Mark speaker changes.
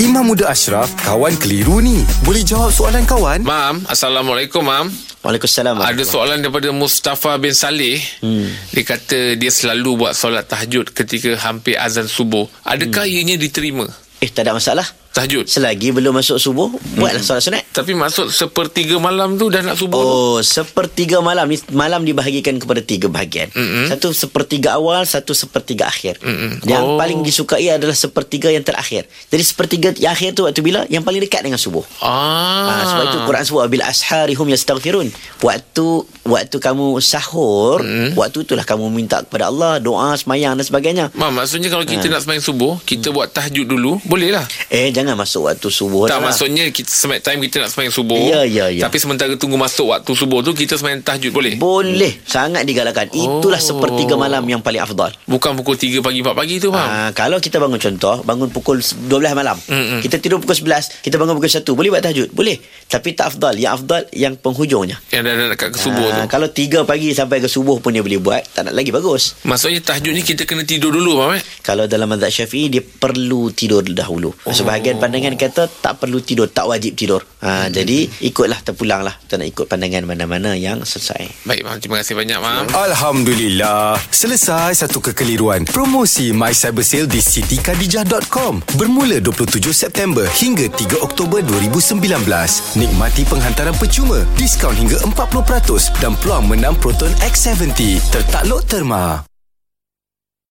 Speaker 1: Imam Muda Ashraf, kawan keliru ni. Boleh jawab soalan kawan?
Speaker 2: Mam, Assalamualaikum Mam
Speaker 3: Waalaikumsalam
Speaker 2: Ada soalan daripada Mustafa bin Saleh hmm. Dia kata dia selalu buat solat tahajud ketika hampir azan subuh Adakah hmm. ianya diterima?
Speaker 3: Eh tak ada masalah
Speaker 2: Tahajud?
Speaker 3: Selagi belum masuk subuh Buatlah solat sunat
Speaker 2: Tapi maksud sepertiga malam tu dah nak subuh
Speaker 3: Oh, sepertiga malam ni malam dibahagikan kepada tiga bahagian. Mm-hmm. Satu sepertiga awal, satu sepertiga akhir. Mm-hmm. Yang
Speaker 2: Oh.
Speaker 3: paling disukai adalah sepertiga yang terakhir. Jadi sepertiga yang akhir tu waktu bila yang paling dekat dengan subuh.
Speaker 2: Ah.
Speaker 3: Ah. sebab itu Quran sebut bil asharihum yastaghfirun. Waktu waktu kamu sahur, mm. waktu itulah kamu minta kepada Allah doa, semayang dan sebagainya.
Speaker 2: Mam, maksudnya kalau kita
Speaker 3: Hmm.
Speaker 2: nak sembahyang subuh, kita buat tahajud dulu, boleh lah.
Speaker 3: Eh jangan masuk waktu subuh
Speaker 2: tak,
Speaker 3: dah lah.
Speaker 2: maksudnya kita sembahyang time kita nak sembahyang subuh.
Speaker 3: Ya, ya, ya.
Speaker 2: Tapi sementara tunggu masuk waktu subuh tu kita sembahyang tahajud boleh.
Speaker 3: boleh sangat digalakkan. Itulah
Speaker 2: Oh.
Speaker 3: sepertiga malam yang paling afdal.
Speaker 2: Bukan pukul 3 pagi 4 pagi tu, mam.
Speaker 3: Ha, kalau kita bangun contoh Bangun pukul 12 malam
Speaker 2: Mm-mm.
Speaker 3: Kita tidur pukul 11 Kita bangun pukul 1 Boleh buat tahajud? Boleh Tapi tak afdal Yang afdal yang penghujungnya
Speaker 2: Yang dah dah dekat ke subuh tu.
Speaker 3: Ah, Kalau 3 pagi sampai ke subuh pun dia boleh buat Tak nak lagi bagus
Speaker 2: Maksudnya tahajud ni kita kena tidur dulu, mam eh.
Speaker 3: Kalau dalam mazhab syafi'i Dia perlu tidur dahulu oh. Sebahagian pandangan kata Tak perlu tidur Tak wajib tidur ha, Jadi ikutlah terpulanglah Kita nak ikut pandangan mana-mana yang selesai
Speaker 2: Baik, mam. Terima kasih banyak, mam.
Speaker 1: Alhamdulillah. Selesai satu kekeliruan. Promosi My Cyber Sale di citykadijah.com bermula 27 September hingga 3 Oktober 2019. Nikmati penghantaran percuma, diskaun hingga 40% dan peluang menang Proton X70. Tertakluk terma.